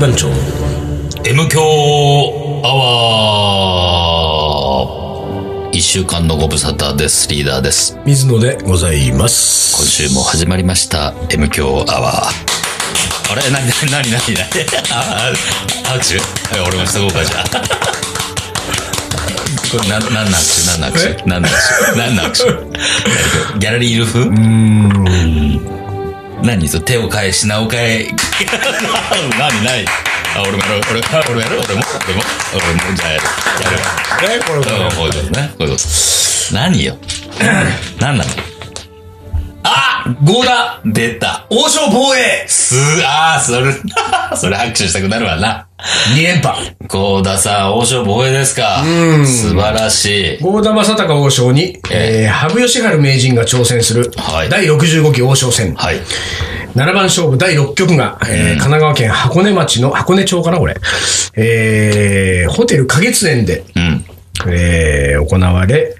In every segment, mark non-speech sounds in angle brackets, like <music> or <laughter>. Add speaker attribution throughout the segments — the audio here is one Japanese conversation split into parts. Speaker 1: 番長
Speaker 2: M 強アワー一週間のご無沙汰です。リーダーです。
Speaker 1: 水野でございま
Speaker 2: 今
Speaker 1: す
Speaker 2: 週も始まりました。M 強アワー。あれ <laughs> なになになになにあ、あ、あ、ちゅ。はい俺もしとこうか、じゃあ。これ、な、なんの握手なんの握手なんの握手なんの握手ギャラリーいる風何そう手を変え、品を変え。何何あ、俺もやろう。俺俺もやろう。俺も。俺も。俺も。じゃあやる。やるわ。
Speaker 1: えこれこ
Speaker 2: うんこういうことね。こういうこと。何よ。何なのあゴーダ出た王将防衛す、あー、それ、 <laughs> それ拍手したくなるわな。
Speaker 1: 2連覇
Speaker 2: ゴーダさん、王将防衛ですか。素晴らしい。
Speaker 1: 郷田正孝王将に、えー、羽生善治名人が挑戦する、
Speaker 2: はい
Speaker 1: 第65期王将戦、
Speaker 2: はい。
Speaker 1: 7番勝負第6局が、えー神奈川県箱根町の、箱根町かなこれ。えー、ホテル花月園で、
Speaker 2: うん。
Speaker 1: えー、行われ、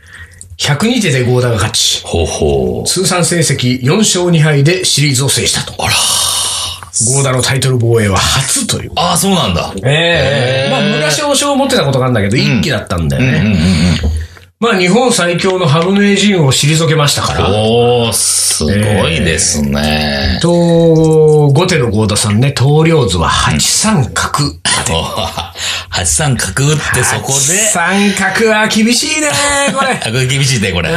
Speaker 1: 102手で郷田が勝ち、
Speaker 2: ほうほ
Speaker 1: 通算成績4勝2敗でシリーズを制したと。あら郷田のタイトル防衛は初という。
Speaker 2: ああ、そうなんだ。
Speaker 1: ええまあ昔王将を持ってたことがあるんだけど、一期だったんだよね。まあ日本最強のハブ名人を退けましたから。
Speaker 2: おー、すごいですね。
Speaker 1: と、後手の郷田さんね、棟梁図は8三角。
Speaker 2: おー八三角打ってそこ
Speaker 1: 8三
Speaker 2: で、
Speaker 1: 角は厳しいね、これ。
Speaker 2: あ、これ厳しいね、こ
Speaker 1: <laughs>
Speaker 2: れ。
Speaker 1: うん、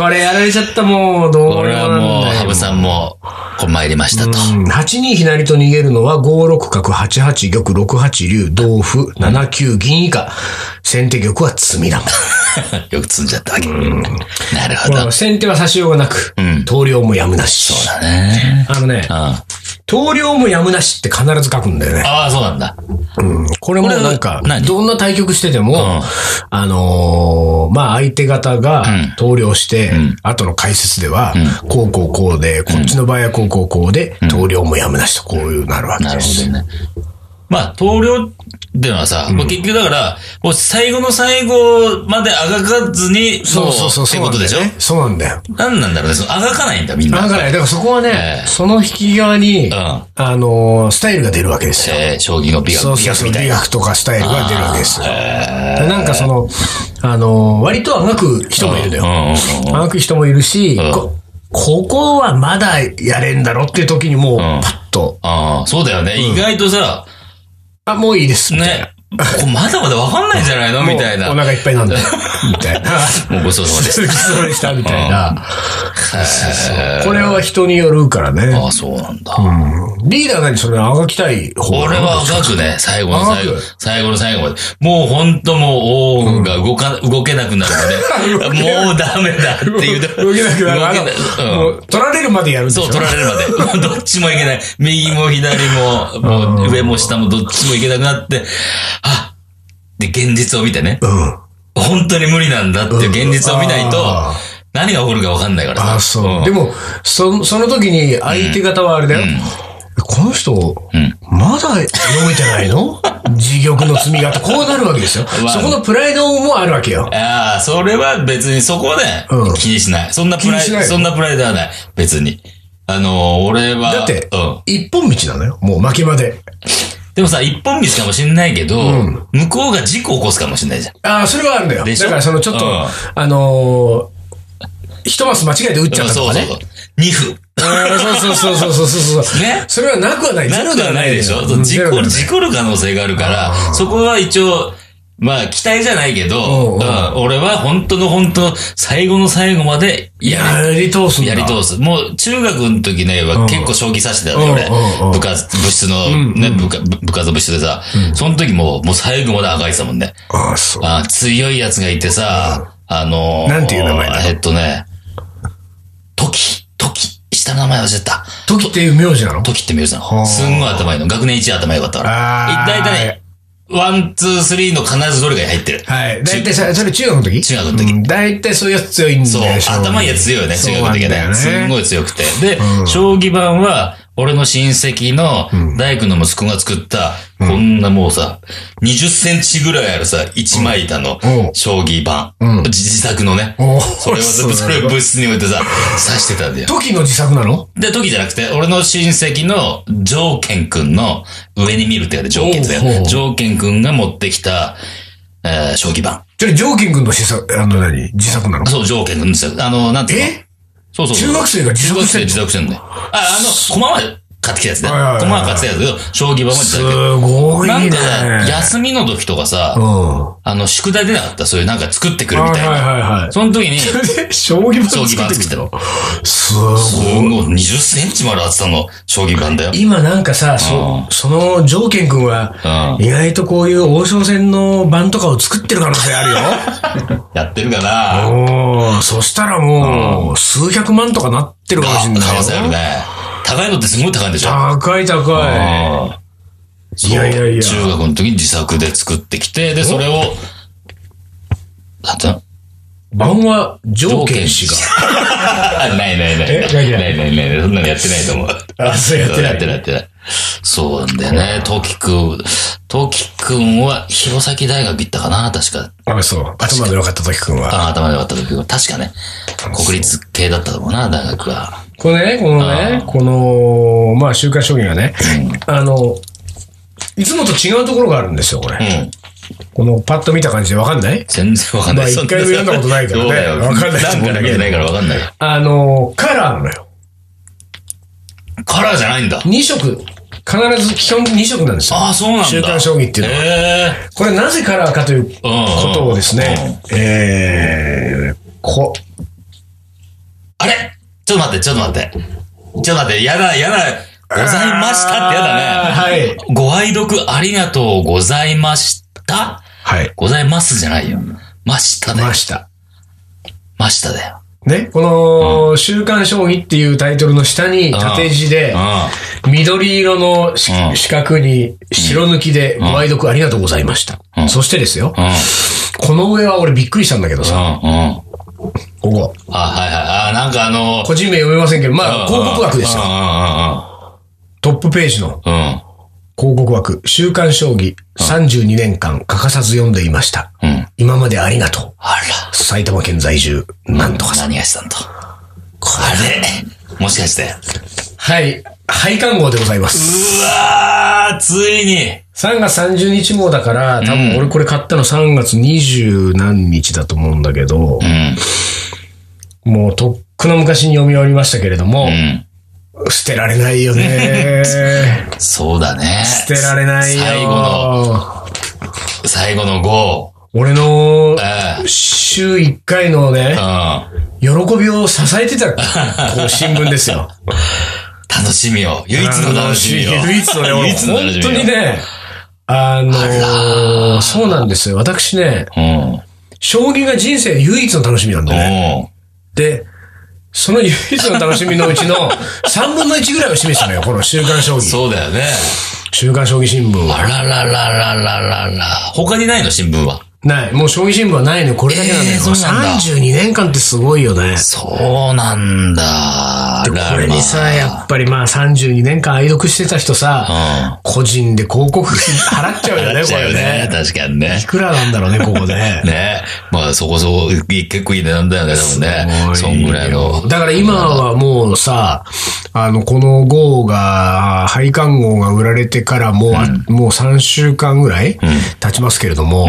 Speaker 1: これやられちゃったもう、どう
Speaker 2: こ
Speaker 1: に
Speaker 2: れ
Speaker 1: も
Speaker 2: は
Speaker 1: なん
Speaker 2: もう、
Speaker 1: ない
Speaker 2: 羽生さんも、こう参りましたと。
Speaker 1: うん8二左と逃げるのは5六角、8八玉、6八竜、同歩、7九銀以下。先手玉は詰みだもん。
Speaker 2: よく積んじゃったわけ。なるほ
Speaker 1: ま
Speaker 2: ど。
Speaker 1: あ先手は差しようがなく、投了もやむなし。
Speaker 2: だね。
Speaker 1: あのね、
Speaker 2: うん。あ
Speaker 1: 投了もやむなしって必ず書くんだよね。
Speaker 2: あ、そうなんだ。
Speaker 1: これもなんか
Speaker 2: これは、何
Speaker 1: どんな対局してても、
Speaker 2: ん
Speaker 1: あのーまあ、相手方が
Speaker 2: ん
Speaker 1: 投了して、後の解説では、こうこうこうで、こっちの場合はこうこうこうで、投了もやむなしとこういうなるわけ
Speaker 2: な
Speaker 1: で
Speaker 2: る
Speaker 1: す。
Speaker 2: ほどね。まあ、投了っていうのはさ、もう結局だから、もう最後の最後まであがかずに、
Speaker 1: そうそうそう、
Speaker 2: もって
Speaker 1: そうな
Speaker 2: こ
Speaker 1: ん
Speaker 2: と
Speaker 1: だ
Speaker 2: でしょ
Speaker 1: よね。そうなんだよ。
Speaker 2: なんなんだろうね。そのあがかないんだ、みんな。
Speaker 1: だから、だからそこはね
Speaker 2: え、え
Speaker 1: その引き側に、
Speaker 2: ん
Speaker 1: あのースタイルが出るわけですよ。
Speaker 2: えー、将棋の美
Speaker 1: そう
Speaker 2: 学、美
Speaker 1: そう
Speaker 2: 学
Speaker 1: そう、
Speaker 2: みたい
Speaker 1: 美
Speaker 2: な。
Speaker 1: 学とかスタイルが出るわけですよ。でなんかその、あの、割とあがく人もいるの
Speaker 2: うん
Speaker 1: よ。
Speaker 2: うんうん
Speaker 1: あがく人もいるし、こここはまだやれんだろっていう時にもう、パッと、
Speaker 2: ああ、そうだよね。意外とさ、
Speaker 1: あ、もういいです。みたいな <laughs>
Speaker 2: ね、こうまだまだわかんないんじゃないのみたいな。
Speaker 1: もうお
Speaker 2: も
Speaker 1: 腹いっぱいなん
Speaker 2: <laughs>
Speaker 1: だよ。みたいな。
Speaker 2: うごちそうさま
Speaker 1: <laughs>
Speaker 2: で
Speaker 1: そ
Speaker 2: し
Speaker 1: う
Speaker 2: た。
Speaker 1: でした、みたいな。これは人によるからね。
Speaker 2: ああ、そうなんだ。
Speaker 1: リーダー何それ、あがきたい方
Speaker 2: 俺は赤くね、最後の最後
Speaker 1: 赤、
Speaker 2: 最後の最後まで。もうほんともう、オウンが動か、動けなくなる
Speaker 1: <laughs>
Speaker 2: まで、もうダメだっていう。
Speaker 1: 動けなくなる
Speaker 2: 動け
Speaker 1: あ
Speaker 2: な
Speaker 1: の
Speaker 2: い
Speaker 1: も
Speaker 2: うん
Speaker 1: う取られるまでやるんでしょ
Speaker 2: そう、取られるまで。どっちもいけない。右も左も、もう上も下もどっちもいけなくなって、あで、現実を見てね。
Speaker 1: うん。
Speaker 2: 本当に無理なんだっていう現実を見ないと
Speaker 1: あ、
Speaker 2: 何が起こるかわかんないからさ
Speaker 1: あ、そう。
Speaker 2: ん
Speaker 1: でも、そ、その時に相手方はあれだよ。この人、
Speaker 2: ん
Speaker 1: まだ読めてない
Speaker 2: <laughs>
Speaker 1: の自玉の積み方。こうなるわけですよ。
Speaker 2: まあ
Speaker 1: そこのプライドもあるわけよ。
Speaker 2: ああ、それは別にそこはね、
Speaker 1: うん
Speaker 2: 気にしない。そんなプ
Speaker 1: 気に
Speaker 2: ライ
Speaker 1: しな
Speaker 2: ド、
Speaker 1: い
Speaker 2: そんなプライドはない。別に。あのー俺は、
Speaker 1: だって
Speaker 2: うん。、
Speaker 1: 一本道なのよ。もう負けまで。
Speaker 2: でもさ、一本道かもしんないけど、向こうが事故起こすかもしんないじゃん。
Speaker 1: ああ、それはあるんだよ。
Speaker 2: でしょ
Speaker 1: だからそのちょっと、
Speaker 2: うん
Speaker 1: あのー一マス間違えて打っちゃったと
Speaker 2: そう
Speaker 1: か
Speaker 2: そう
Speaker 1: ね
Speaker 2: そ。う。二分。
Speaker 1: うんそうそうそうそうそうそう。
Speaker 2: ね
Speaker 1: それはなくはない。
Speaker 2: なるではないでしょ。そう事故、事故る可能性があるから、そこは一応、まあ、期待じゃないけど、
Speaker 1: うんうん
Speaker 2: うん俺は本当の本当の最後の最後までやり
Speaker 1: やり通すんだ。
Speaker 2: やり通す。もう中学の時ね、結構将棋指してた
Speaker 1: うん
Speaker 2: の俺
Speaker 1: うんうん。
Speaker 2: 部活、部室の、ね、部下部部活の部室でさ、その時も、もう最後まで赤いてたもんね。
Speaker 1: ああ、そう。
Speaker 2: あー強いやつがいてさ、あのー、
Speaker 1: なんていう名前なの
Speaker 2: えっとね、時、時、下の名前忘れてた。
Speaker 1: 時っていう名字なの
Speaker 2: 時って名字なの。すんごい頭いいの。学年1頭良かったから。
Speaker 1: あー
Speaker 2: 大体ね、ワン、ツー、スリーの必ずどれかに入ってる。
Speaker 1: はい。大体さ、それ中学の時
Speaker 2: 中学の時
Speaker 1: うん大体そういうやつ強いんだ
Speaker 2: そう
Speaker 1: よ。、
Speaker 2: 頭いいやつ強いよね、中学の時
Speaker 1: そ
Speaker 2: はね。
Speaker 1: うなんだよね
Speaker 2: すんごい強くて。で、将棋盤は、俺の親戚の大工の息子が作った、こんなもうさ、20センチぐらいあるさ、一枚板の
Speaker 1: うん
Speaker 2: 将棋盤。
Speaker 1: うん
Speaker 2: 自自作のね。
Speaker 1: おー
Speaker 2: それを、
Speaker 1: すごい
Speaker 2: それを物質に置いてさ、刺してたんだよ。
Speaker 1: <laughs> 時の自作なの
Speaker 2: で、時じゃなくて、俺の親戚の条件くんの上に見るってやつ条件だ
Speaker 1: おうお
Speaker 2: よ。
Speaker 1: う
Speaker 2: 条件くんが持ってきた、えー、将棋盤。
Speaker 1: じゃあ、ジョーキン君の自作、あの何自作なの
Speaker 2: あそう、条件くんですよ。あの、なんていうの
Speaker 1: え
Speaker 2: そうそうそう。
Speaker 1: 中学生が自作してんの
Speaker 2: 中学生自作してんだよ。あ、あの、駒は買ってきたやつだ
Speaker 1: はいはいはい
Speaker 2: よ。駒は買ってきたやつだよ。将棋盤も自
Speaker 1: す
Speaker 2: 作だ
Speaker 1: ご
Speaker 2: けど。
Speaker 1: い
Speaker 2: なん
Speaker 1: ね。
Speaker 2: かさ、休みの時とかさ
Speaker 1: う、ん。
Speaker 2: あの、宿題出なかったそういうなんか作ってくるみ
Speaker 1: はい
Speaker 2: たい
Speaker 1: はい
Speaker 2: な。
Speaker 1: はいはい。
Speaker 2: その時に、す
Speaker 1: で、将棋盤
Speaker 2: 将棋盤作って
Speaker 1: の
Speaker 2: の
Speaker 1: すごい。
Speaker 2: ごい、20センチまで厚さの将棋盤だよ。
Speaker 1: 今なんかさ、そその、条件君は、
Speaker 2: う
Speaker 1: 意外とこういう王将戦の盤とかを作ってる可能性あるよ。
Speaker 2: やってるかな
Speaker 1: おーそしたらもう、数百万とかなってるかもしれないよ。
Speaker 2: 可能性あるね。高いのってすごい高いんでしょ
Speaker 1: 高い高い。
Speaker 2: うん
Speaker 1: いやいやいや
Speaker 2: そう中学の時に自作で作ってきて、で、それを、なんていうの
Speaker 1: 盤は条件しが。
Speaker 2: あないないない。
Speaker 1: えないない
Speaker 2: ないないない。そんなのやってないと思う。
Speaker 1: あ、そうやってな
Speaker 2: やってない
Speaker 1: い。
Speaker 2: やってない。そうなんだよね。トキくん、トキくんは弘前大学行ったかな確か。
Speaker 1: あ、そう。頭の良かった時くんは。
Speaker 2: あ頭で終わった時は。確かね。国立系だったと思うな、大学は。
Speaker 1: これね、このね、この、まあ、週刊将棋がね、あの、いつもと違うところがあるんですよ、こ
Speaker 2: う
Speaker 1: れ。
Speaker 2: ん。
Speaker 1: このパッと見た感じでわかんない
Speaker 2: 全然わかんない。
Speaker 1: まあ一回も読んだことないからね
Speaker 2: そうだよ
Speaker 1: わかんないと
Speaker 2: な
Speaker 1: 思うんんだけど
Speaker 2: かだけじゃないからわかんない。
Speaker 1: あの、カラーなのよ。
Speaker 2: カラーじゃないんだ。
Speaker 1: 2色。必ず基本2色なんですよ。
Speaker 2: ああ、そうなんだ。
Speaker 1: 週刊将棋っていうのは。
Speaker 2: へえ。
Speaker 1: これなぜカラーかということをですね、えー、こ、
Speaker 2: あれちょっと待って、ちょっと待って。ちょっと待って、やだ、やだ、ございましたってや
Speaker 1: あ
Speaker 2: だね。
Speaker 1: ーはい。
Speaker 2: ご愛読ありがとうございました
Speaker 1: はい。
Speaker 2: ございますじゃないよ。ましただよ
Speaker 1: ま。した。
Speaker 2: ましただよ。
Speaker 1: ね、この、週刊将棋っていうタイトルの下に縦字で、
Speaker 2: う
Speaker 1: 緑色のし
Speaker 2: うん
Speaker 1: 四角に白抜きでご愛読ありがとうございました。
Speaker 2: うん
Speaker 1: そしてですよ、
Speaker 2: ん。
Speaker 1: この上は俺びっくりしたんだけどさ、
Speaker 2: うん。うん。うん。
Speaker 1: ここ、
Speaker 2: あ、はいはい。あ、なんかあの、
Speaker 1: 個人名読めませんけど、まあ、広告枠です
Speaker 2: う
Speaker 1: よ。
Speaker 2: ん
Speaker 1: トップページの
Speaker 2: うんうんうん。
Speaker 1: 広告枠、週刊将棋32年間欠かさず読んでいました。
Speaker 2: うん。うん。
Speaker 1: 今までありがと
Speaker 2: あ
Speaker 1: う。埼玉県在住、なんと
Speaker 2: ら。
Speaker 1: かさん。
Speaker 2: 何がしたんと。あれもしかして。
Speaker 1: はい、配管号でございます。
Speaker 2: うわー、ついに。
Speaker 1: 3月30日号だから、多分俺これ買ったの3月20何日だと思うんだけど
Speaker 2: う、ん。
Speaker 1: もうとっくの昔に読み終わりましたけれども
Speaker 2: う、ん。
Speaker 1: 捨てられないよ
Speaker 2: <laughs>
Speaker 1: ね。
Speaker 2: そうだね。
Speaker 1: 捨てられないよ。
Speaker 2: 最後の、最後の5。
Speaker 1: 俺の
Speaker 2: ええ
Speaker 1: 週1回のね、
Speaker 2: うん。
Speaker 1: 喜びを支え
Speaker 2: <laughs>
Speaker 1: てた、こう新聞ですよ。
Speaker 2: 楽しみを。唯一の楽しみを。
Speaker 1: 唯一のね、
Speaker 2: 唯
Speaker 1: 俺
Speaker 2: 一の楽
Speaker 1: 本
Speaker 2: しみ
Speaker 1: 当
Speaker 2: を
Speaker 1: に。ね、あのー、そうなんですよ。私ね、将棋が人生唯一の楽しみなんだよね。で、その唯一の楽しみのうちの <laughs> 3分の1ぐらいを示したのよ、この週刊将
Speaker 2: うん。
Speaker 1: 棋。
Speaker 2: そうだよね。
Speaker 1: 週刊将棋新聞は。
Speaker 2: あららららららら。他にないの新聞は。
Speaker 1: ない。もう将棋新聞はないの、これだけなんだよ。
Speaker 2: えーそうなんだ
Speaker 1: 32年間ってすごいよね。
Speaker 2: そうなんだ。あら
Speaker 1: これにさ、やっぱりまあ32年間愛読してた人さ、個人で広告費払っちゃうよね、
Speaker 2: らやっ
Speaker 1: こ
Speaker 2: ちゃう
Speaker 1: れ
Speaker 2: よね。
Speaker 1: ね。
Speaker 2: 確かにね
Speaker 1: い。くらなんだろうね、ここね。
Speaker 2: ね。まあそこそこ、い結構いい値段だよね、でも
Speaker 1: すごい
Speaker 2: ね。
Speaker 1: よ
Speaker 2: そんぐらいの。
Speaker 1: だから今はもうさ、あの、この号が、配管号が売られてからもう、あもう3週間ぐらい経ちますけれども、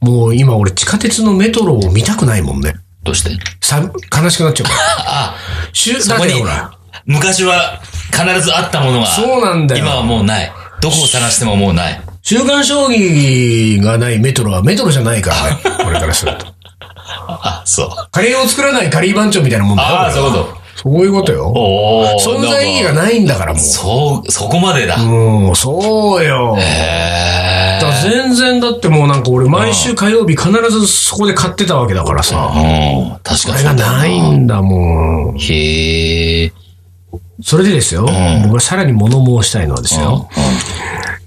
Speaker 1: もう今俺地下鉄のメトロを見たくないもんね。
Speaker 2: どうして
Speaker 1: さ、悲しくなっちゃうから。
Speaker 2: <laughs> あ、
Speaker 1: 週、
Speaker 2: そ
Speaker 1: だっ
Speaker 2: こ
Speaker 1: て
Speaker 2: に
Speaker 1: ほら、、
Speaker 2: 昔は必ずあったものが、
Speaker 1: そうなんだよ
Speaker 2: 今はもうない。どこを探してももうない。
Speaker 1: 週刊将棋がないメトロはメトロじゃないから
Speaker 2: <laughs>
Speaker 1: ね。これからすると。
Speaker 2: あ、そう。
Speaker 1: カレーを作らないカリー番長みたいなもんだよ
Speaker 2: ああ、そういう
Speaker 1: これは
Speaker 2: こ
Speaker 1: そういうことよ
Speaker 2: と。。おお。
Speaker 1: 存在意義が
Speaker 2: な
Speaker 1: ないんだからも
Speaker 2: そう、そこまでだ。へ
Speaker 1: う。うん、そうよ。
Speaker 2: え。
Speaker 1: だから全然だってもうなんか俺毎週火曜日必ずそこで買ってたわけだからさ。
Speaker 2: うん、確かにそ
Speaker 1: あ
Speaker 2: う
Speaker 1: れが
Speaker 2: だな
Speaker 1: ないんだもん。
Speaker 2: へえ。
Speaker 1: それでですよ、
Speaker 2: ん
Speaker 1: 僕がさらに物申したいのはですよ、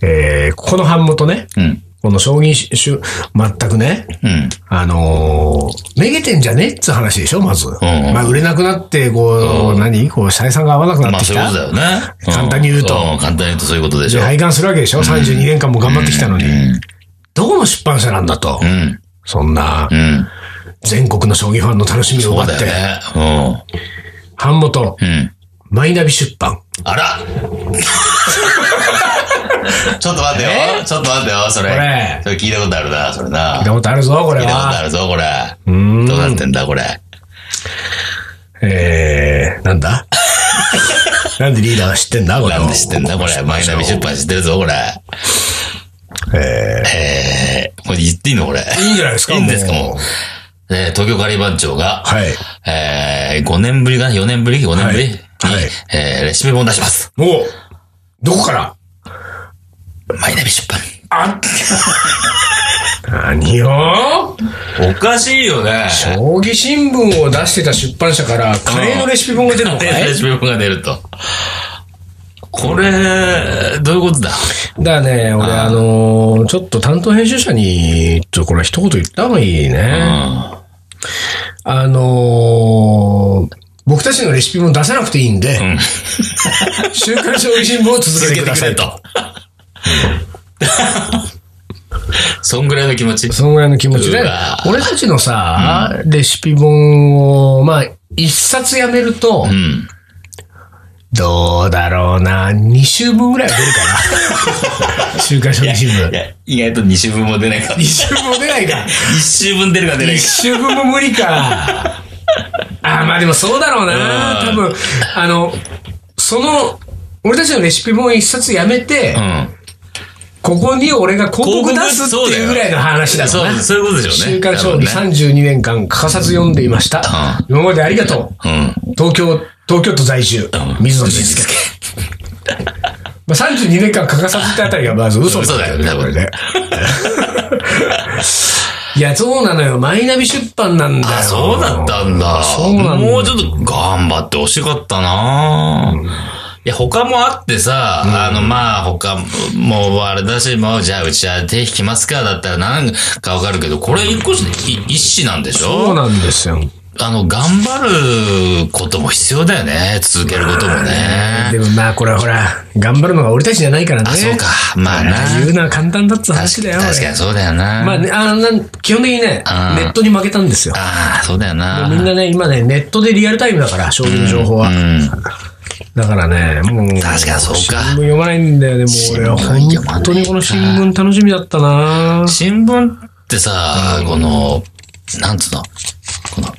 Speaker 1: えーここの版元ね、
Speaker 2: うん。
Speaker 1: この将棋し、しゅ全くね、
Speaker 2: うん。
Speaker 1: あのーめげてんじゃねっつう話でしょ、まず。まあ、売れなくなって、こう、何こう、採算が合わなくな
Speaker 2: ま
Speaker 1: っ
Speaker 2: あ
Speaker 1: てき
Speaker 2: そうい
Speaker 1: た。
Speaker 2: うことだよね。うん
Speaker 1: 簡単に言うと
Speaker 2: ん簡単に言うとそういうことでし
Speaker 1: で
Speaker 2: ょ。
Speaker 1: 廃刊するわけでしょ ?32 年間も頑張ってきたのに。どこの出版社なんだと
Speaker 2: う。ん。
Speaker 1: そんな
Speaker 2: う、ん。
Speaker 1: 全国の将棋ファンの楽しみを
Speaker 2: そう
Speaker 1: 奪っ
Speaker 2: だ
Speaker 1: て。
Speaker 2: よね。
Speaker 1: 版元、
Speaker 2: うん。うん。
Speaker 1: マイナビ出版。
Speaker 2: あら <laughs> ちょっと待ってよ。ちょっと待ってよ、それ。
Speaker 1: これ
Speaker 2: それ聞いたことあるな、それな。
Speaker 1: 聞いたことあるぞ、これ
Speaker 2: 聞いたこと
Speaker 1: は。
Speaker 2: あるぞ、これ。
Speaker 1: うーん。
Speaker 2: どうなってんだ、これ。
Speaker 1: えー、なん
Speaker 2: <laughs>
Speaker 1: だなんでリーダーは知ってんだこれを
Speaker 2: なんで知ってんだ、これ。マイナビ出版知ってるぞ、これ。
Speaker 1: え
Speaker 2: えー、これ言っていいの、これ。
Speaker 1: ー、いいんじゃないですか
Speaker 2: いいんですか、
Speaker 1: も
Speaker 2: もう。えー、東京カリバン長が、
Speaker 1: はい。
Speaker 2: えー、5年ぶりかな ?4 年ぶり ?5 年ぶり、に
Speaker 1: はいはい
Speaker 2: えー、レシピ本出します。
Speaker 1: う。もう、どこから
Speaker 2: マイナビ出版。
Speaker 1: あ何よ
Speaker 2: おかしいよね。
Speaker 1: 将棋新聞を出してた出版社から、カレーのレシピ本が出るのかい
Speaker 2: レシピ本が出ると。これ、どういうことだ
Speaker 1: だね、俺、あのーちょっと担当編集者に、ちょっとこれは一言言った方がいいね。あのー僕たちのレシピも出さなくていいんで、 <laughs> 週刊将棋新聞を続
Speaker 2: 続
Speaker 1: けて
Speaker 2: け
Speaker 1: く
Speaker 2: て
Speaker 1: だ
Speaker 2: く
Speaker 1: さ
Speaker 2: れ
Speaker 1: いと。
Speaker 2: と。そんぐらいの気持ち。
Speaker 1: そのぐらいの気持ちで
Speaker 2: うわ、
Speaker 1: 俺たちのさ、レシピ本を、まあ、一冊やめると、
Speaker 2: うん。
Speaker 1: どうだろうな、二週分ぐらいは出る
Speaker 2: <laughs>
Speaker 1: かな。週刊将棋新
Speaker 2: い
Speaker 1: 聞。
Speaker 2: や、意外と2週分も出ない <laughs> か。
Speaker 1: 二週分も出ない
Speaker 2: <laughs>
Speaker 1: か。
Speaker 2: 1週分出るか出ない
Speaker 1: 一
Speaker 2: か。
Speaker 1: 週分も無理か。あーまあでもそうだろうな。
Speaker 2: うん
Speaker 1: 多分、あの、その、俺たちのレシピ本一冊やめて、
Speaker 2: うん。
Speaker 1: ここに俺が広告出すっていうぐらいの話だろ
Speaker 2: そうう
Speaker 1: な。
Speaker 2: そういうことでしょうね。
Speaker 1: 週刊
Speaker 2: 多
Speaker 1: 少
Speaker 2: 分
Speaker 1: 理
Speaker 2: ね
Speaker 1: 32年間欠かさず読んでいました。今までありがとう。東京、東京都在住、水野俊介。まあ、32年間欠かさずってあたりがまず嘘
Speaker 2: 嘘だよね
Speaker 1: これね。 <laughs> いや、そうなのよ。マイナビ出版なんだよ。
Speaker 2: あ、そうだったんだ。
Speaker 1: そうなんだ
Speaker 2: もうちょっと頑張ってほしかったな、いや、他もあってさ、あの、まあ、他も、もうあれだし、もう、じゃあ、うちは手引きますか、だったらなんかわかるけど、これ一個し、い一紙なんでし
Speaker 1: そう
Speaker 2: ょ
Speaker 1: なんですよ。
Speaker 2: あの、頑張ることも必要だよね。続けることもね。
Speaker 1: でもまあ、これはほら、頑張るのが俺たちじゃないからね。
Speaker 2: あ、そうか。まあな。
Speaker 1: 言うのは簡単だっつう話だよ。
Speaker 2: 確かにそうだよ
Speaker 1: 俺
Speaker 2: な。
Speaker 1: まあね、あのなん基本的にね、
Speaker 2: うん
Speaker 1: ネットに負けたんですよ。
Speaker 2: ああ、そうだよな。
Speaker 1: みんなね、今ね、ネットでリアルタイムだから、将棋の情報は。
Speaker 2: うん。
Speaker 1: だからね、もう。
Speaker 2: 確かにそう
Speaker 1: 新
Speaker 2: か
Speaker 1: 聞読まないんだよね、もう俺は。
Speaker 2: 新聞読まないか
Speaker 1: 本当にこの新聞楽しみだったな
Speaker 2: 新聞ってさ、この、なんつうの、この、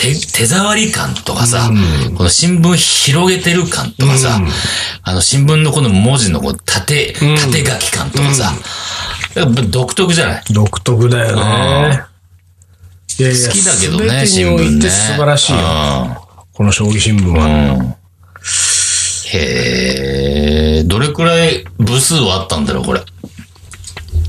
Speaker 2: 手、手触り感とかさ、この新聞広げてる感とかさ、あの新聞のこの文字のこう縦、縦書き感とかさ、やっぱ独特じゃない
Speaker 1: 独特だよね。いやいや、
Speaker 2: 好きだけどね、
Speaker 1: 全て
Speaker 2: 新
Speaker 1: に
Speaker 2: 聞
Speaker 1: おい
Speaker 2: ね。
Speaker 1: て素晴らしいよ。
Speaker 2: う
Speaker 1: この将棋新聞は。
Speaker 2: ん。うんへえ、どれくらい部数はあったんだろう、これ。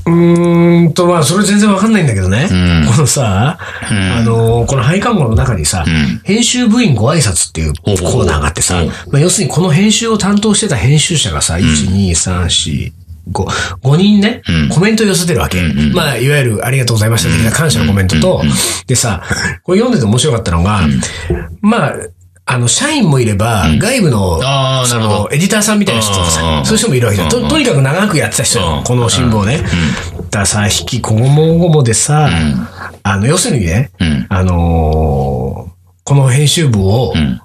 Speaker 1: うーんと、まあ、それ全然わかんないんだけどね。
Speaker 2: うん
Speaker 1: このさ、あのーこの配管号の中にさ、
Speaker 2: ん
Speaker 1: 編集部員ご挨拶っていうコーナーがあってさ
Speaker 2: おうおう、
Speaker 1: まあ、要するにこの編集を担当してた編集者がさ、1、2、3、4、5、5人ね、コメントを寄せてるわけ。まあ、いわゆるありがとうございました的な感謝のコメントと、でさ、これ読んでて面白かったのが、まあ、あの、社員もいれば、外部の、
Speaker 2: あー
Speaker 1: そ
Speaker 2: なるほ
Speaker 1: の
Speaker 2: ど、
Speaker 1: エディターさんみたいな人とか
Speaker 2: うんうん
Speaker 1: さ
Speaker 2: うん
Speaker 1: そういう人もいるわけじゃん。ととにかく長くやってた人
Speaker 2: う
Speaker 1: よ
Speaker 2: ん、
Speaker 1: この新聞をね。だからさ、引きこもごもでさ、あの、要するにね、
Speaker 2: うん。
Speaker 1: あのーこの編集部を、
Speaker 2: ん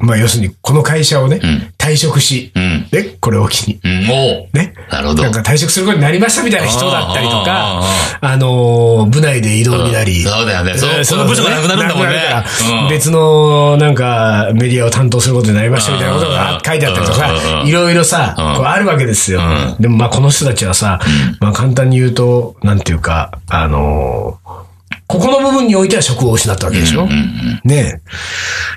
Speaker 1: まあ要するにこの会社をね、
Speaker 2: ん
Speaker 1: 退職し、
Speaker 2: うん。
Speaker 1: ね、これを機に、
Speaker 2: うん。おう
Speaker 1: ね。
Speaker 2: なるほど
Speaker 1: なん。か退職することになりましたみたいな人だったりとか、
Speaker 2: あーあ
Speaker 1: あのー部内で異動になり、
Speaker 2: そうだよね。そう、
Speaker 1: えー
Speaker 2: その部署がなくなるんだもんね
Speaker 1: なくなるから。
Speaker 2: うん
Speaker 1: 別の、なんか、メディアを担当することになりましたみたいなことが
Speaker 2: うん
Speaker 1: 書いてあったりと
Speaker 2: うん
Speaker 1: か
Speaker 2: う、ん
Speaker 1: いろいろさ、
Speaker 2: う
Speaker 1: こ
Speaker 2: ん
Speaker 1: うあるわけですよ
Speaker 2: う。
Speaker 1: でもまあこの人たちはさ、まあ簡単に言うと、なんていうか、あのーここの部分においては職を失ったわけでしょねえ。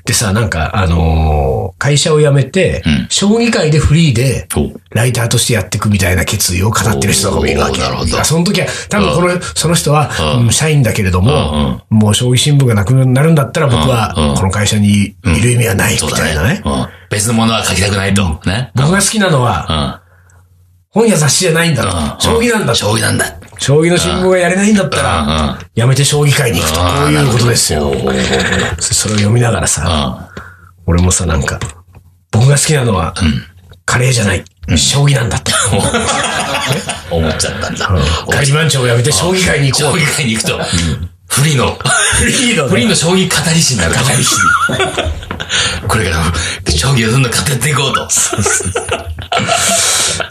Speaker 1: でさ、なんか、あのー会社を辞めて、将棋界でフリーで、ライターとしてやっていくみたいな決意を語ってる人とかもいるわけ。
Speaker 2: おーなるほど
Speaker 1: だからその時は、多分この、その人は、うん社員だけれども、もう将棋新聞がなくなるんだったら僕
Speaker 2: うんう
Speaker 1: は
Speaker 2: ん、
Speaker 1: この会社にいる意味はないみ
Speaker 2: そう
Speaker 1: たいな
Speaker 2: だね
Speaker 1: ね。。
Speaker 2: うん別のものは書きたくないと。ね。
Speaker 1: 僕が好きなのは、
Speaker 2: うん。
Speaker 1: 本や雑誌じゃないんだと。将棋なんだと。
Speaker 2: 将棋なんだ。
Speaker 1: 将棋の新聞がやれないんだった
Speaker 2: うんうん
Speaker 1: ら、やめて将棋界に行くと。こ
Speaker 2: あー
Speaker 1: ういうことですよ
Speaker 2: なるほど。
Speaker 1: それを読みながらさ、俺もさ、なんか、僕が好きなのは、カレーじゃない、将棋なんだと。
Speaker 2: うん。思っちゃったんだ。
Speaker 1: カリマン長をやめて将棋界に行
Speaker 2: 将
Speaker 1: こう。
Speaker 2: 棋界に行くと、フリーの、フ
Speaker 1: リーのね
Speaker 2: リーの将棋語り師になる。語り師。これからも、将棋をどんどん語っていこうと。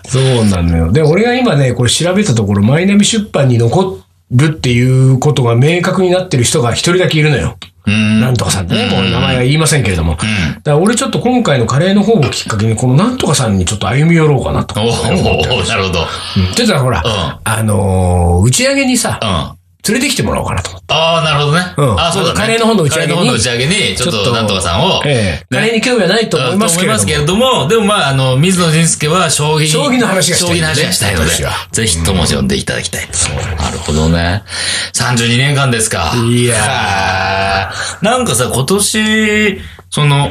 Speaker 1: そうなのよ。で、俺が今ね、これ調べたところ、マイナビ出版に残るっていうことが明確になってる人が一人だけいるのよ。
Speaker 2: うん。
Speaker 1: なんとかさんってね、もう名前は言いませんけれども。
Speaker 2: ん
Speaker 1: だから俺ちょっと今回のカレーの方をきっかけに、このなんとかさんにちょっと歩み寄ろうかなと。
Speaker 2: おおなるほど。
Speaker 1: ちょっとほら、
Speaker 2: ん
Speaker 1: あのー打ち上げにさ
Speaker 2: う、ん。
Speaker 1: 連れてきてもらおうかなと思って。
Speaker 2: ああ、なるほどね。
Speaker 1: うん
Speaker 2: ああ、そうだね。
Speaker 1: カレーの方の打ち上げに
Speaker 2: カレーの方の打ち上げに、ちょっと、なんとかさんを。
Speaker 1: ええカレーに興味はないと思いますけれども。
Speaker 2: れども、でもまあ、あの、水野仁介は将棋に
Speaker 1: 将棋の話がしたい
Speaker 2: 将棋の話がしたいので
Speaker 1: 私は、
Speaker 2: ぜひとも呼んでいただきたい。なるほどね。32年間ですか。
Speaker 1: いやー
Speaker 2: はーなんかさ、今年、その、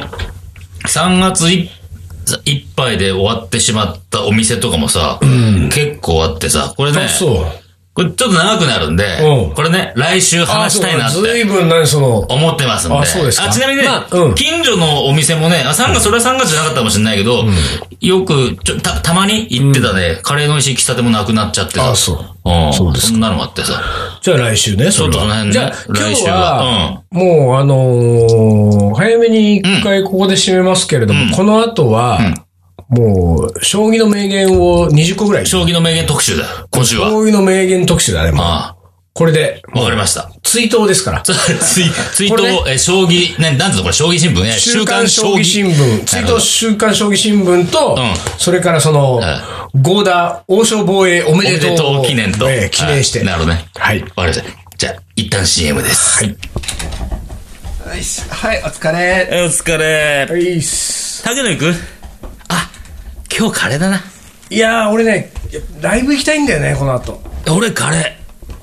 Speaker 2: 3月いいっぱいで終わってしまったお店とかもさ、結構あってさ、これね、
Speaker 1: そう。
Speaker 2: これちょっと長くなるんで
Speaker 1: うん、
Speaker 2: これね、来週話したいなっ
Speaker 1: ず
Speaker 2: て
Speaker 1: いぶん何その、
Speaker 2: 思ってますんで。
Speaker 1: あそうですか
Speaker 2: ちなみにね
Speaker 1: まあうん、
Speaker 2: 近所のお店もね、あ、3月、それは3月じゃなかったかもしれないけど、よく、ちょ、た、たまに行ってたね、カレーの美味しい喫茶店もなくなっちゃってさ。
Speaker 1: あそう
Speaker 2: うん。
Speaker 1: そうですか
Speaker 2: そんなのもあってさ。
Speaker 1: じゃあ来週ね、それは
Speaker 2: ちょっとその辺ね
Speaker 1: じゃあ今
Speaker 2: 来
Speaker 1: 日
Speaker 2: 週
Speaker 1: は
Speaker 2: は、
Speaker 1: もうあのー早めに一回ここで締めますけれども、この後は、もう、将棋の名言を20個ぐらい。将
Speaker 2: 将棋の名言特集だよ、今週は。
Speaker 1: 棋の名言特集だね、もう。
Speaker 2: あ
Speaker 1: これで、
Speaker 2: あ、わかりました。 <laughs>
Speaker 1: 追悼ですから。
Speaker 2: ツイ、ツイー
Speaker 1: これ
Speaker 2: トを、え、将棋、ね、なんつうのこれ、将棋新聞ね。
Speaker 1: 週刊将棋新聞、追
Speaker 2: なるほ
Speaker 1: 悼
Speaker 2: ど
Speaker 1: 週刊将棋新聞と、
Speaker 2: うん
Speaker 1: それからその、ゴーダ王将防衛おめ
Speaker 2: おめ
Speaker 1: で
Speaker 2: で
Speaker 1: と
Speaker 2: と
Speaker 1: う
Speaker 2: う記念と。
Speaker 1: ええ記念して。
Speaker 2: はいなるほどね。
Speaker 1: はい。
Speaker 2: わかりました。じゃあ、一旦 CM です。はい。
Speaker 3: よしはい、お疲れ。
Speaker 2: お疲れ。
Speaker 1: いいっす
Speaker 2: 竹野行くあ、今日カレーだな。
Speaker 1: いやー、俺ね、ライブ行きたいんだよね、この後。
Speaker 2: 俺カレー。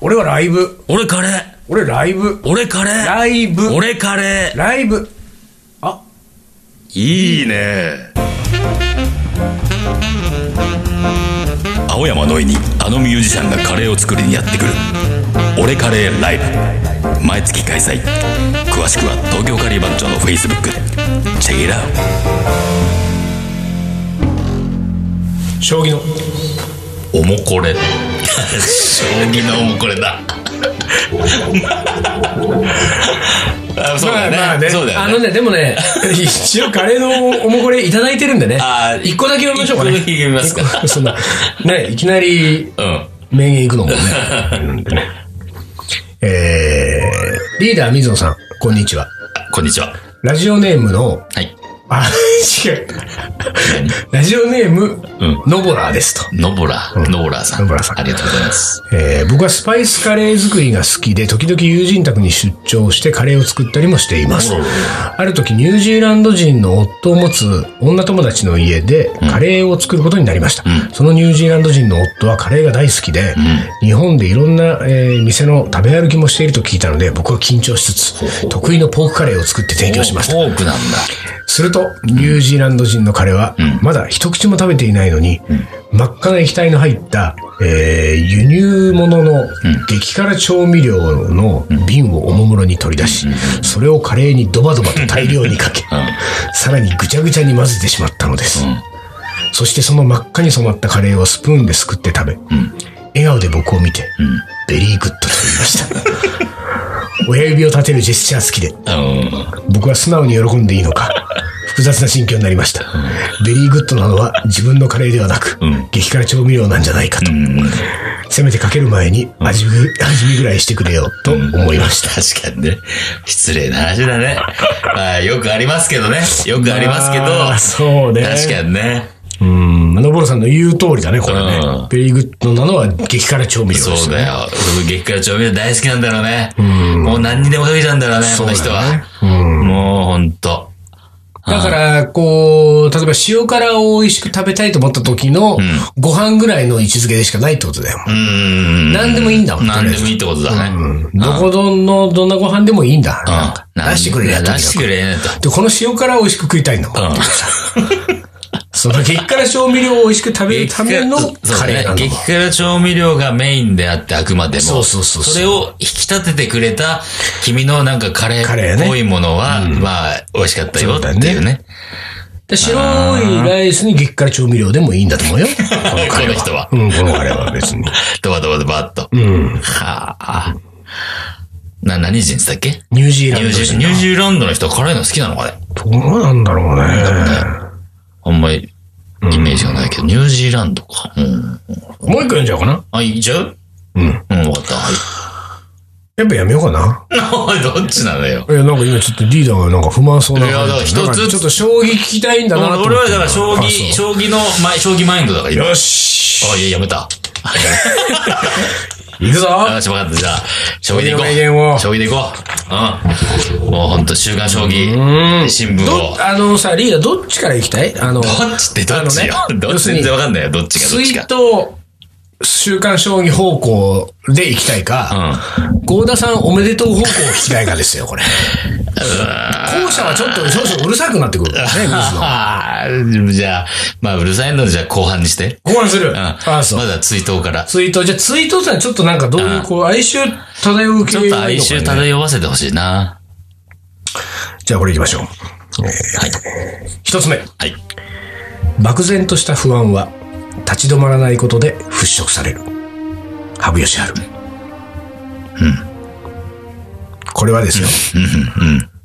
Speaker 1: 俺はライブ。
Speaker 2: 俺カレー。
Speaker 1: 俺ライブ。
Speaker 2: 俺カレー。
Speaker 1: ライブ。
Speaker 2: 俺カレ
Speaker 1: ライブ。
Speaker 2: ー。いいね。
Speaker 4: 青山のいにあのミュージシャンがカレーを作りにやってくる「俺カレーライブ」毎月開催詳しくは東京カリー番長の Facebook でチェックイラー
Speaker 1: 将棋の。
Speaker 2: おもこれ。将棋のおもこれだ。あそうだよね。
Speaker 1: まあまあね
Speaker 2: そうだよ
Speaker 1: あ
Speaker 2: ね。
Speaker 1: のね、でも
Speaker 2: <laughs>
Speaker 1: ね、一応カレーのおもこれいただいてるんでね
Speaker 2: あ。ー
Speaker 1: 一個だけ読みましょうかね。
Speaker 2: 一個だけ読みますか
Speaker 1: 一個そんな、ね、いきなり
Speaker 2: うん。
Speaker 1: 名言いく
Speaker 2: <laughs>
Speaker 1: のもね。なんでねえー、リーダー水野さん、こんにちは。
Speaker 2: あこんにちは。
Speaker 1: ラジオネームの、
Speaker 2: はい。
Speaker 1: あ、違う。ラジオネーム、ノボラーですと。
Speaker 2: ノボラ、ノボラさん。
Speaker 1: ノボラさん
Speaker 2: ありがとうございます。
Speaker 1: えー僕はスパイスカレー作りが好きで、時々友人宅に出張してカレーを作ったりもしています。ある時、ニュージーランド人の夫を持つ女友達の家でカレーを作ることになりました。そのニュージーランド人の夫はカレーが大好きで、日本でいろんな、えー店の食べ歩きもしていると聞いたので、僕は緊張しつつ、得意のポークカレーを作って提供しました。
Speaker 2: フォークなんだ。
Speaker 1: すると、ニュージーランド人の彼は、まだ一口も食べていないのに、真っ赤な液体の入った、えー輸入物の激辛調味料の瓶をおもむろに取り出し、それをカレーにドバドバと大量にかけ、さらにぐちゃぐちゃに混ぜてしまったのです。そしてその真っ赤に染まったカレーをスプーンですくって食べ、笑顔で僕を見て、ベリーグッドと言いました。親指を立てるジェスチャー好きで、
Speaker 2: うん。
Speaker 1: 僕は素直に喜んでいいの
Speaker 2: <laughs>
Speaker 1: か、複雑な心境になりました。ベリーグッドなのは自分のカレーではなく、激辛調味料なんじゃないかと。せめてかける前に味見ぐ味見ぐらいしてくれよと思いました。
Speaker 2: 確かにね。失礼な話だね。まあ、よくありますけどね。よくありますけど。
Speaker 1: あーそうね。
Speaker 2: 確かにね。
Speaker 1: うん。のぼろさんの言う通りだね、これね。
Speaker 2: うん
Speaker 1: ベリーグッドなのは激辛調味料です、ね。
Speaker 2: そうだよ。俺も激辛調味料大好きなんだろうね。もう何にでもかけちゃうんだろうね、この人は。もうほんと。
Speaker 1: だから、こう、例えば塩辛を美味しく食べたいと思った時の、ご飯ぐらいの位置づけでしかないってことだよ。
Speaker 2: うん。
Speaker 1: 何でもいいんだもん
Speaker 2: 何でもいいってことだね。
Speaker 1: うんどこどんの、どんなご飯でもいいんだ。なんか
Speaker 2: うん
Speaker 1: 出してくれや
Speaker 2: 出してくれね
Speaker 1: で、この塩辛を美味しく食いたいの。
Speaker 2: と。うん。
Speaker 1: <laughs> その激辛調味料を美味しく食べるためのカレーな
Speaker 2: そう
Speaker 1: の。
Speaker 2: ね激辛調味料がメインであって、あくまでも。
Speaker 1: そうそうそうそう
Speaker 2: れを引き立ててくれた、君のなんかカレ
Speaker 1: カレ
Speaker 2: ー
Speaker 1: ー
Speaker 2: っ
Speaker 1: ね
Speaker 2: ぽいものは、まあ、美味しかったよっていうね。
Speaker 1: で白いライスに激辛調味料でもいいんだと思うよ。
Speaker 2: <laughs> この人は
Speaker 1: う。ん、このカレーは別に。
Speaker 2: ドバドバドバっと。はあ。な、何人でしたっけ
Speaker 1: ニュージーラ
Speaker 2: ニ
Speaker 1: ン
Speaker 2: ュ
Speaker 1: ド
Speaker 2: ージーニュージーランドの人、辛いの好きなのかね
Speaker 1: どうなんだろうね。
Speaker 2: あんまり、イメージがないけど、ニュージーランドか。うん。
Speaker 1: もう一個読んじゃおうかな。
Speaker 2: あ、いっちゃう
Speaker 1: うん
Speaker 2: うん、わかった。 <laughs> は
Speaker 1: やっぱやめようかな。
Speaker 2: い。どっちなのよ。
Speaker 1: いや、なんか今ちょっとリーダーがなんか不満そうな感じ。
Speaker 2: いやだから一つ
Speaker 1: なんかちょっと将棋聞きたいんだなと思って
Speaker 2: 俺はだから、将
Speaker 1: あ
Speaker 2: 棋、
Speaker 1: そ
Speaker 2: 将棋の、ま、将棋マインドだから、
Speaker 1: う
Speaker 2: 今
Speaker 1: よし
Speaker 2: あ、いや、やめた。
Speaker 1: 行くぞ
Speaker 2: あ、しょ、わかった。じゃあ、将棋で行
Speaker 1: 将棋の
Speaker 2: こ
Speaker 1: 名言
Speaker 2: う。
Speaker 1: を
Speaker 2: 将棋で行こう。うん。もうほんと、週刊将棋、新聞を。
Speaker 1: ど、あのさ、リーダーどっちから行きたいあの、
Speaker 2: どっちってどっちよ
Speaker 1: あの。ね
Speaker 2: どっ
Speaker 1: 要
Speaker 2: ち
Speaker 1: するに
Speaker 2: 全然わかんないよ。どっちがど
Speaker 1: ツ
Speaker 2: っ
Speaker 1: イ
Speaker 2: ち
Speaker 1: ー
Speaker 2: か。
Speaker 1: ト、週刊将棋方向で行きたいか、郷田さんおめでとう方向を聞きたいかですよ、これ。後者はちょっと少々うるさくなってくるから
Speaker 2: <laughs>
Speaker 1: ね、ニュースの。
Speaker 2: ああ、じゃあ、まあ、うるさいので、じゃあ後半にして。
Speaker 1: 後半する。
Speaker 2: うん。
Speaker 1: あ
Speaker 2: ま
Speaker 1: あ、そう。
Speaker 2: だ追悼から。
Speaker 1: ツイート、じゃあツイートさ、ちょっとなんかどういう、こう、哀愁漂う系
Speaker 2: ちょっと哀愁
Speaker 1: 漂う。
Speaker 2: 漂わせてほしいな。
Speaker 1: じゃあこれ行きましょう。
Speaker 2: はい。
Speaker 1: 一つ目。
Speaker 2: はい。
Speaker 1: 漠然とした不安は、立ち止まらないことで払拭される。羽生善治。うん。これはですよ。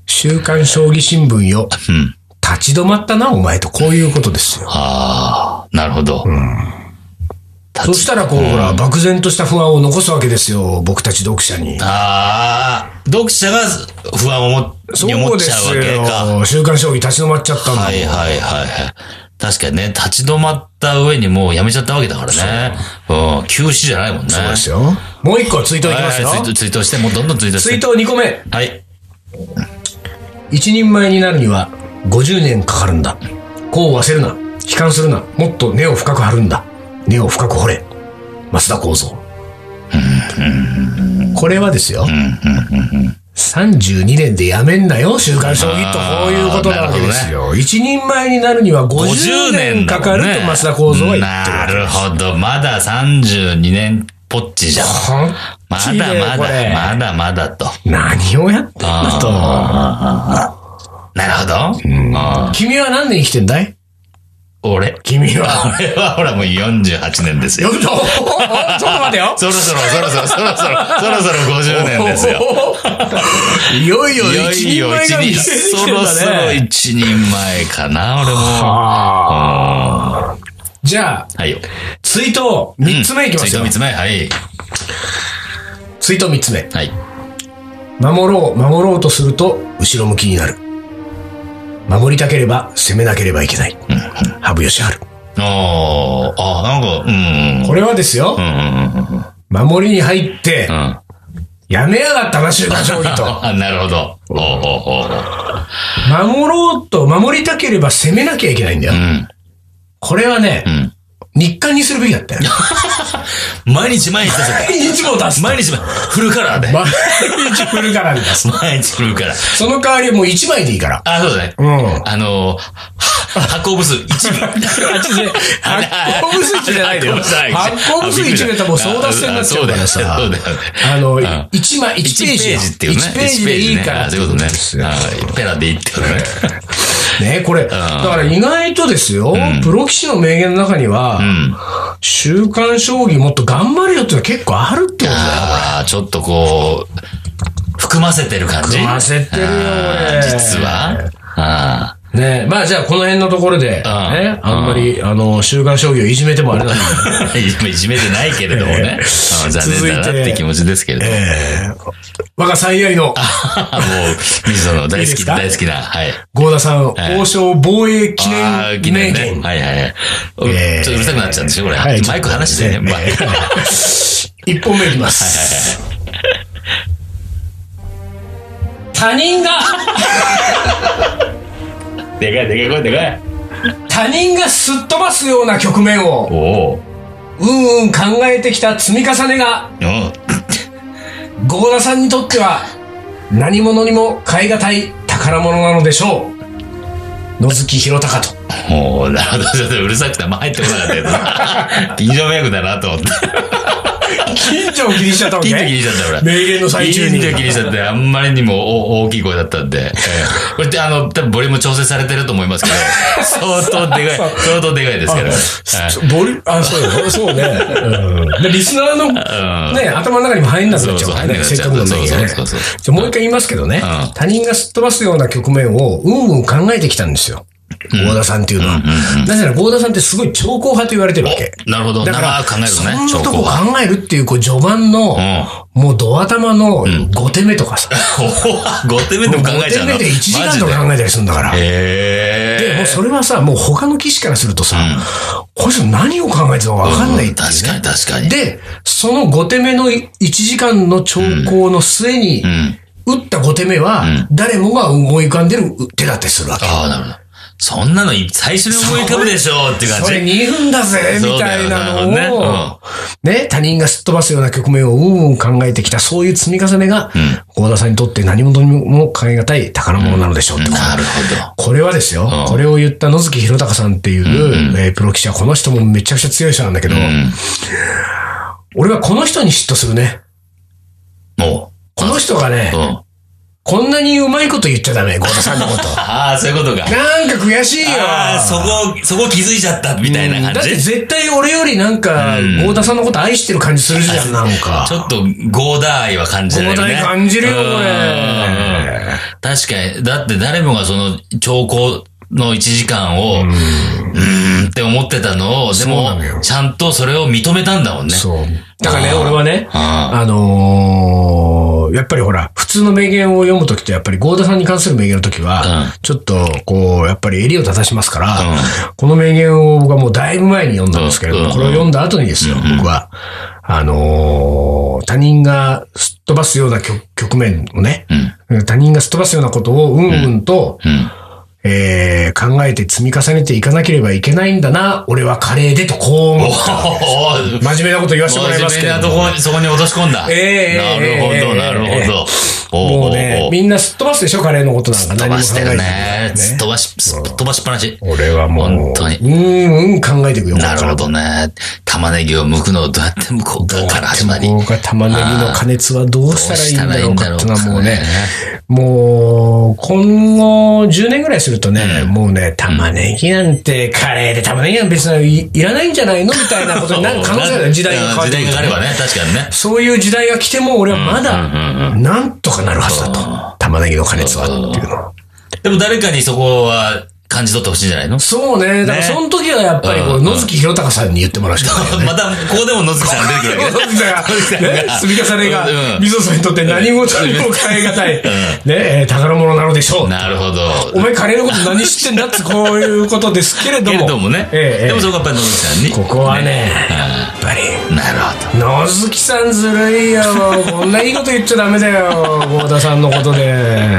Speaker 1: 週刊将棋新聞よ。
Speaker 2: うん。
Speaker 1: 立ち止まったな、お前と。こういうことですよ。
Speaker 2: ああ、なるほど。立
Speaker 1: そ
Speaker 2: ち
Speaker 1: したら、こう、ほら、漠然とした不安を残すわけですよ。僕たち読者に。
Speaker 2: ああ、読者が不安をもに思っちゃうわけか。
Speaker 1: 週刊将棋立ち止まっちゃったんだもん。
Speaker 2: はいはいはいはい。確かにね、立ち止まった上にもうやめちゃったわけだからね。うん、休止じゃないもんね。そう
Speaker 1: そうですよ。もう一個ツイートいきますよ。
Speaker 2: はい、ツイートして、もうどんどんツイートし
Speaker 1: ツイ
Speaker 2: て。
Speaker 1: ート2個目。
Speaker 2: はい。
Speaker 1: 一人前になるには50年かかるんだ。こう焦るな。悲観するな。もっと根を深く張るんだ。根を深く掘れ。増田幸三。これはですよ。32年でやめんなよ、週刊将棋とこういうことなわけですよ。一人前になるには50年かかると増田幸三は言ってるわ
Speaker 2: な
Speaker 1: け
Speaker 2: るほど。まだ32年ぽっちじゃん。
Speaker 1: ほんと
Speaker 2: まだ
Speaker 1: 綺麗
Speaker 2: まだ、
Speaker 1: これ
Speaker 2: まだまだと。
Speaker 1: 何をやってんだと。
Speaker 2: なるほど。うん
Speaker 1: 君は何年生きてんだい
Speaker 2: 俺。
Speaker 1: 君は。
Speaker 2: 俺はほらもう48年です
Speaker 1: よ
Speaker 2: よ。
Speaker 1: くと、おおお <laughs> ちょっと待てよ。
Speaker 2: そろそろ、そろそろ、そろそろ、そろそろ50年ですよ。
Speaker 1: いよいよ
Speaker 2: いよ
Speaker 1: 一
Speaker 2: い
Speaker 1: 人
Speaker 2: よ
Speaker 1: 前
Speaker 2: 一
Speaker 1: が
Speaker 2: 人、
Speaker 1: 見せてき
Speaker 2: そ
Speaker 1: てん
Speaker 2: ろそろ
Speaker 1: だね。
Speaker 2: 一人前かな、俺も。
Speaker 1: ああ
Speaker 2: あ
Speaker 1: じゃあ、
Speaker 2: ーはいよ。
Speaker 1: ツイート3つ目いきま
Speaker 2: ツイ
Speaker 1: す
Speaker 2: ー
Speaker 1: よ
Speaker 2: ト。三つ目、はい。
Speaker 1: ツイート3つ目。
Speaker 2: はい。
Speaker 1: 守ろう、守ろうとすると、後ろ向きになる。守りたければ、攻めなければいけない。羽生善治。
Speaker 2: あーあー、なんか、
Speaker 1: これはですよ
Speaker 2: う、ん。うんうんうんうん。
Speaker 1: 守りに入って
Speaker 2: う、ん。
Speaker 1: やめやがったな、週刊将棋
Speaker 2: <laughs>
Speaker 1: と。
Speaker 2: あなるほど。おうおうおう
Speaker 1: 守ろうと、守りたければ攻めなきゃいけないんだよ
Speaker 2: う。ん。
Speaker 1: これはね
Speaker 2: う、ん。
Speaker 1: 日刊にするべきだ
Speaker 2: <laughs>
Speaker 1: ったよ。
Speaker 2: 毎日毎日出せ
Speaker 1: 毎日も出す。
Speaker 2: 毎日毎日、フルカラー
Speaker 1: <laughs>
Speaker 2: で。
Speaker 1: 毎日フルカラーに出す。
Speaker 2: 毎日フルカラー。
Speaker 1: その代わりもう1枚でいいから。
Speaker 2: あ、そうだね。
Speaker 1: うん
Speaker 2: あのー、は発行部数
Speaker 1: <laughs>
Speaker 2: 一部。
Speaker 1: 発行部数一じゃないでよ。
Speaker 2: 発行部数一
Speaker 1: 発行部数1メーターもう争奪戦になっちゃうからさ。
Speaker 2: あそうだよねそうだよね
Speaker 1: あの、
Speaker 2: ん
Speaker 1: 1枚、1
Speaker 2: 1
Speaker 1: ページ。
Speaker 2: ページっていうね。
Speaker 1: 1ページでいいか
Speaker 2: あ
Speaker 1: ら。
Speaker 2: そういうことね。
Speaker 1: ね。
Speaker 2: はい。ペラでいいってことね。
Speaker 1: これ。だから意外とですよ、プロ棋士の名言の中には、
Speaker 2: うん。
Speaker 1: 週刊将棋もっと頑張れよっていうのは結構あるってことだよ。
Speaker 2: ああ、ちょっとこう、含ませてる感じ
Speaker 1: 含ませてるよ
Speaker 2: あー
Speaker 1: 俺
Speaker 2: 実はあ
Speaker 1: ねまあじゃあこの辺のところで、ね、あんまり、あの、週刊将棋をいじめてもあれ <laughs> なんで。
Speaker 2: あ。いじめてないけれど
Speaker 1: <laughs>
Speaker 2: もね。あー残念だなって気持ちですけれども。
Speaker 1: 我が最愛 <laughs> の
Speaker 2: あもう、水野の大
Speaker 1: いい
Speaker 2: 好
Speaker 1: で
Speaker 2: き、
Speaker 1: すか
Speaker 2: 大好きな。はい。
Speaker 1: 郷田さん、王将防衛記
Speaker 2: ああ、
Speaker 1: 念
Speaker 2: 記
Speaker 1: 名
Speaker 2: 念
Speaker 1: 言
Speaker 2: ね。。はいはいはい。
Speaker 1: えー
Speaker 2: ちょっとうるさくなっちゃうんでしょ、これ。
Speaker 1: はい
Speaker 2: マイク離してね。
Speaker 1: ちょっと
Speaker 2: まあ
Speaker 1: ね一本目いき
Speaker 2: <laughs>
Speaker 1: ます。他人が、
Speaker 2: でかいでかい、これでかい。
Speaker 1: 他人がすっ飛ばすような局面を、
Speaker 2: おお。
Speaker 1: うんうん考えてきた積み重ねが、
Speaker 2: うん。
Speaker 1: 郷田さんにとっては、
Speaker 2: <laughs>
Speaker 1: 何者にも代え難い宝物なのでしょう。野月弘隆と。
Speaker 2: もう、なるほど。ちょっとうるさくてあんま入ってこなかったけ
Speaker 1: <laughs>
Speaker 2: どな。近所迷惑だなと思って。
Speaker 1: 近所を気にしちゃったわけ
Speaker 2: 近所気にしちゃった、ほら。
Speaker 1: 名言の最中に
Speaker 2: 近所気にしちゃって、あんまりにもお大きい声だったんで。ええこれって、あの、多分ボリューム調整されてると思いますけど、相当でかい、相当でかいですけど。はい
Speaker 1: ボリあ、そうよ <laughs> そうね。うんで、リスナーの、ね、頭の中にも入んなくなっちゃうから
Speaker 2: そうそう入んなくな
Speaker 1: ね。
Speaker 2: っ
Speaker 1: せっ
Speaker 2: ちゃ
Speaker 1: か
Speaker 2: う
Speaker 1: くの名言ね。
Speaker 2: そうそうそうそう
Speaker 1: じゃあもう一回言いますけどね
Speaker 2: う。
Speaker 1: 他人がすっ飛ばすような局面を、うんうん考えてきたんですよ。郷田さんっていうのは。なぜなら郷田さんってすごい超考派と言われてるわけ。
Speaker 2: なるほど。
Speaker 1: だから
Speaker 2: 長く考えるとね、
Speaker 1: そんなと
Speaker 2: 兆
Speaker 1: こ
Speaker 2: 候は。
Speaker 1: 考えるっていう、こう、序盤の、もう、ド頭の5手目とかさ。 <laughs>
Speaker 2: 5点目 <laughs> でも考えちゃうの
Speaker 1: 5手目で1時間とか
Speaker 2: マジ
Speaker 1: 考えたりするんだから。
Speaker 2: ええ
Speaker 1: で、もうそれはさ、もう他の騎士からするとさ、こいつ何を考えてたのか分かんないっていうね
Speaker 2: 確かに確かに。
Speaker 1: で、その5手目の1時間の兆候の末に、打った5手目は、誰もが思い浮かんでる手だってするわけ。
Speaker 2: ああ、なるほど。そんなの最初に思い浮かぶでしょうっていう感
Speaker 1: そ
Speaker 2: じ。
Speaker 1: れ2分だぜみたいなの
Speaker 2: そうだよ
Speaker 1: を
Speaker 2: な、
Speaker 1: ね、他人がすっ飛ばすような局面をうんうん考えてきた、そういう積み重ねが、郷田さんにとって何事にも変え難い宝物なのでしょうってこと
Speaker 2: なるほ
Speaker 1: これはですよ、これを言った野月弘隆さんっていう、えープロ棋士はこの人もめちゃくちゃ強い人なんだけど、俺はこの人に嫉妬するね。
Speaker 2: ど。も
Speaker 1: この人がね、
Speaker 2: う。うん。
Speaker 1: こんなにうまいこと言っちゃダメ、ゴ田さんの
Speaker 2: <laughs>
Speaker 1: こと。
Speaker 2: ああ、そういうことか。
Speaker 1: なんか悔しいよ。
Speaker 2: ああ、そこ、そこ気づいちゃったみたいな
Speaker 1: だっ
Speaker 2: 感
Speaker 1: て
Speaker 2: じ。
Speaker 1: 絶対俺よりなんか、ゴ田さんのこと愛してる感じするじゃん、なんか
Speaker 2: ち。ょっと、ゴーダー愛は感じられるね。
Speaker 1: ゴーダー愛感じるよこれ
Speaker 2: うんうんうん確かに。だって誰もがその、兆候の1時間を、うーんって思ってたのを、で
Speaker 1: そうなのよ
Speaker 2: も、ちゃんとそれを認めたんだもんね。
Speaker 1: そう。だからね、
Speaker 2: あー
Speaker 1: 俺はね、
Speaker 2: あ
Speaker 1: あのーやっぱりほら、普通の名言を読むときと、やっぱりゴ田さんに関する名言のときは、ちょっと、こう、やっぱり襟を立たしますから、この名言を僕はもうだいぶ前に読んだんですけれども、
Speaker 2: うん
Speaker 1: これを読んだ後にですよ、僕は。あのー他人がすっ飛ばすような局局面をね、他人がすっ飛ばすようなことをうんうんと、
Speaker 2: うん。
Speaker 1: えー考えて積み重ねていかなければいけないんだな、俺はカレーでとこう思った
Speaker 2: おー
Speaker 1: 真面目なこと言わせてもらいます
Speaker 2: 真
Speaker 1: け
Speaker 2: 面
Speaker 1: れ
Speaker 2: 目な
Speaker 1: ど
Speaker 2: と
Speaker 1: も。
Speaker 2: こに、そこに落とし込んだ。
Speaker 1: ええええええ
Speaker 2: なるほど、なるほど。
Speaker 1: も
Speaker 2: お
Speaker 1: うね、みんなすっ飛ばすでしょ、カレーのことなんか
Speaker 2: 飛
Speaker 1: 何も
Speaker 2: ば
Speaker 1: 考
Speaker 2: し
Speaker 1: え
Speaker 2: て
Speaker 1: てな
Speaker 2: る
Speaker 1: い
Speaker 2: ね。すっ飛ばし、すっ飛ばしっぱなし。
Speaker 1: 俺はもう、
Speaker 2: 本当に
Speaker 1: うんうん考えていくよ。
Speaker 2: なるほどね。玉ねぎを剥くのをどうやって剥こうかから始まり。
Speaker 1: ここが玉ねぎの加熱はどうしたらいいんだろうかってのはもうね、もう、今後10年ぐらいするとね、もうね、玉ねぎなんて、カレーで玉ねぎなんて別にいらないんじゃないのみたいなことになる可能性がある時代が変わってく
Speaker 2: 時
Speaker 1: る
Speaker 2: 代
Speaker 1: とね
Speaker 2: があればね、確かにね。
Speaker 1: そういう時代が来ても俺はまだ、なんとかなるはずだと。玉ねぎの加熱はっていうのは。
Speaker 2: でも誰かにそこは感じ取ってほしいんじゃないの
Speaker 1: そうね。だから
Speaker 2: ね
Speaker 1: その時はやっぱりこう、
Speaker 2: うん
Speaker 1: 野月弘隆さんに言ってもらうしかないよね。
Speaker 2: また、ここでも野月さん出てくるわけね。
Speaker 1: ね、積み重ねが
Speaker 2: う、ん
Speaker 1: 水野さんにとって何事にも変え難い、ね、えー宝物なのでしょう。
Speaker 2: なるほど
Speaker 1: お。前カレーのこと何知ってんだってこういうことですけれど
Speaker 2: けれ
Speaker 1: も。
Speaker 2: どもね。
Speaker 1: ええええ
Speaker 2: でもそこはやっぱり野月さんに。
Speaker 1: ここはね、
Speaker 2: うん
Speaker 1: やっぱり。
Speaker 2: なるほど。
Speaker 1: 野月さんずるいよ。こんないいこと言っちゃダメだよ。郷田さんのことで。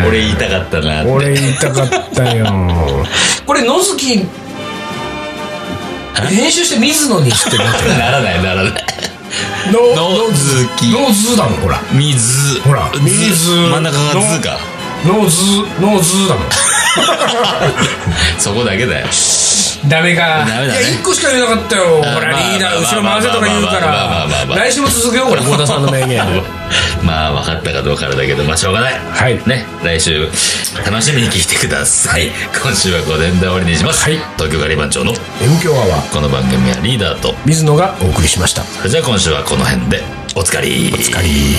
Speaker 2: 俺言いたかったなって。
Speaker 1: 俺言いたかった
Speaker 2: <laughs>
Speaker 1: よ。これ野月、編集して水野にしてもらって。
Speaker 2: ならない、ならない。
Speaker 1: の
Speaker 2: 野月。
Speaker 1: ノーズだもん、ほら。
Speaker 2: 水。
Speaker 1: ほら
Speaker 2: ず
Speaker 1: 水
Speaker 2: 真ん中が図か。
Speaker 1: ノーズ、ノーズだもん。
Speaker 2: そこだけだよ。
Speaker 1: ダメか。
Speaker 2: ダメだね
Speaker 1: いや、一個しか言えなかったよ。ほら、
Speaker 2: まあ
Speaker 1: リーダー、
Speaker 2: まあ
Speaker 1: 後ろ回せとか言うか
Speaker 2: まあまあまあまあまあ
Speaker 1: ら。
Speaker 2: まあ
Speaker 1: 来週も続けよう、 <laughs> これ、郷田さんの名言。
Speaker 2: まあ、分かったかどうかあれだけど、まあ、しょうがない。
Speaker 1: はい
Speaker 2: ね、来週、楽しみに聞いてください。今週は午前で終わりにします。
Speaker 1: はい
Speaker 2: 東京ガリバン長の
Speaker 1: M 強アワー、
Speaker 2: この番組はリーダーと、
Speaker 1: 水野がお送りしました。
Speaker 2: それじゃあ今週はこの辺で、おつかり。おつかり。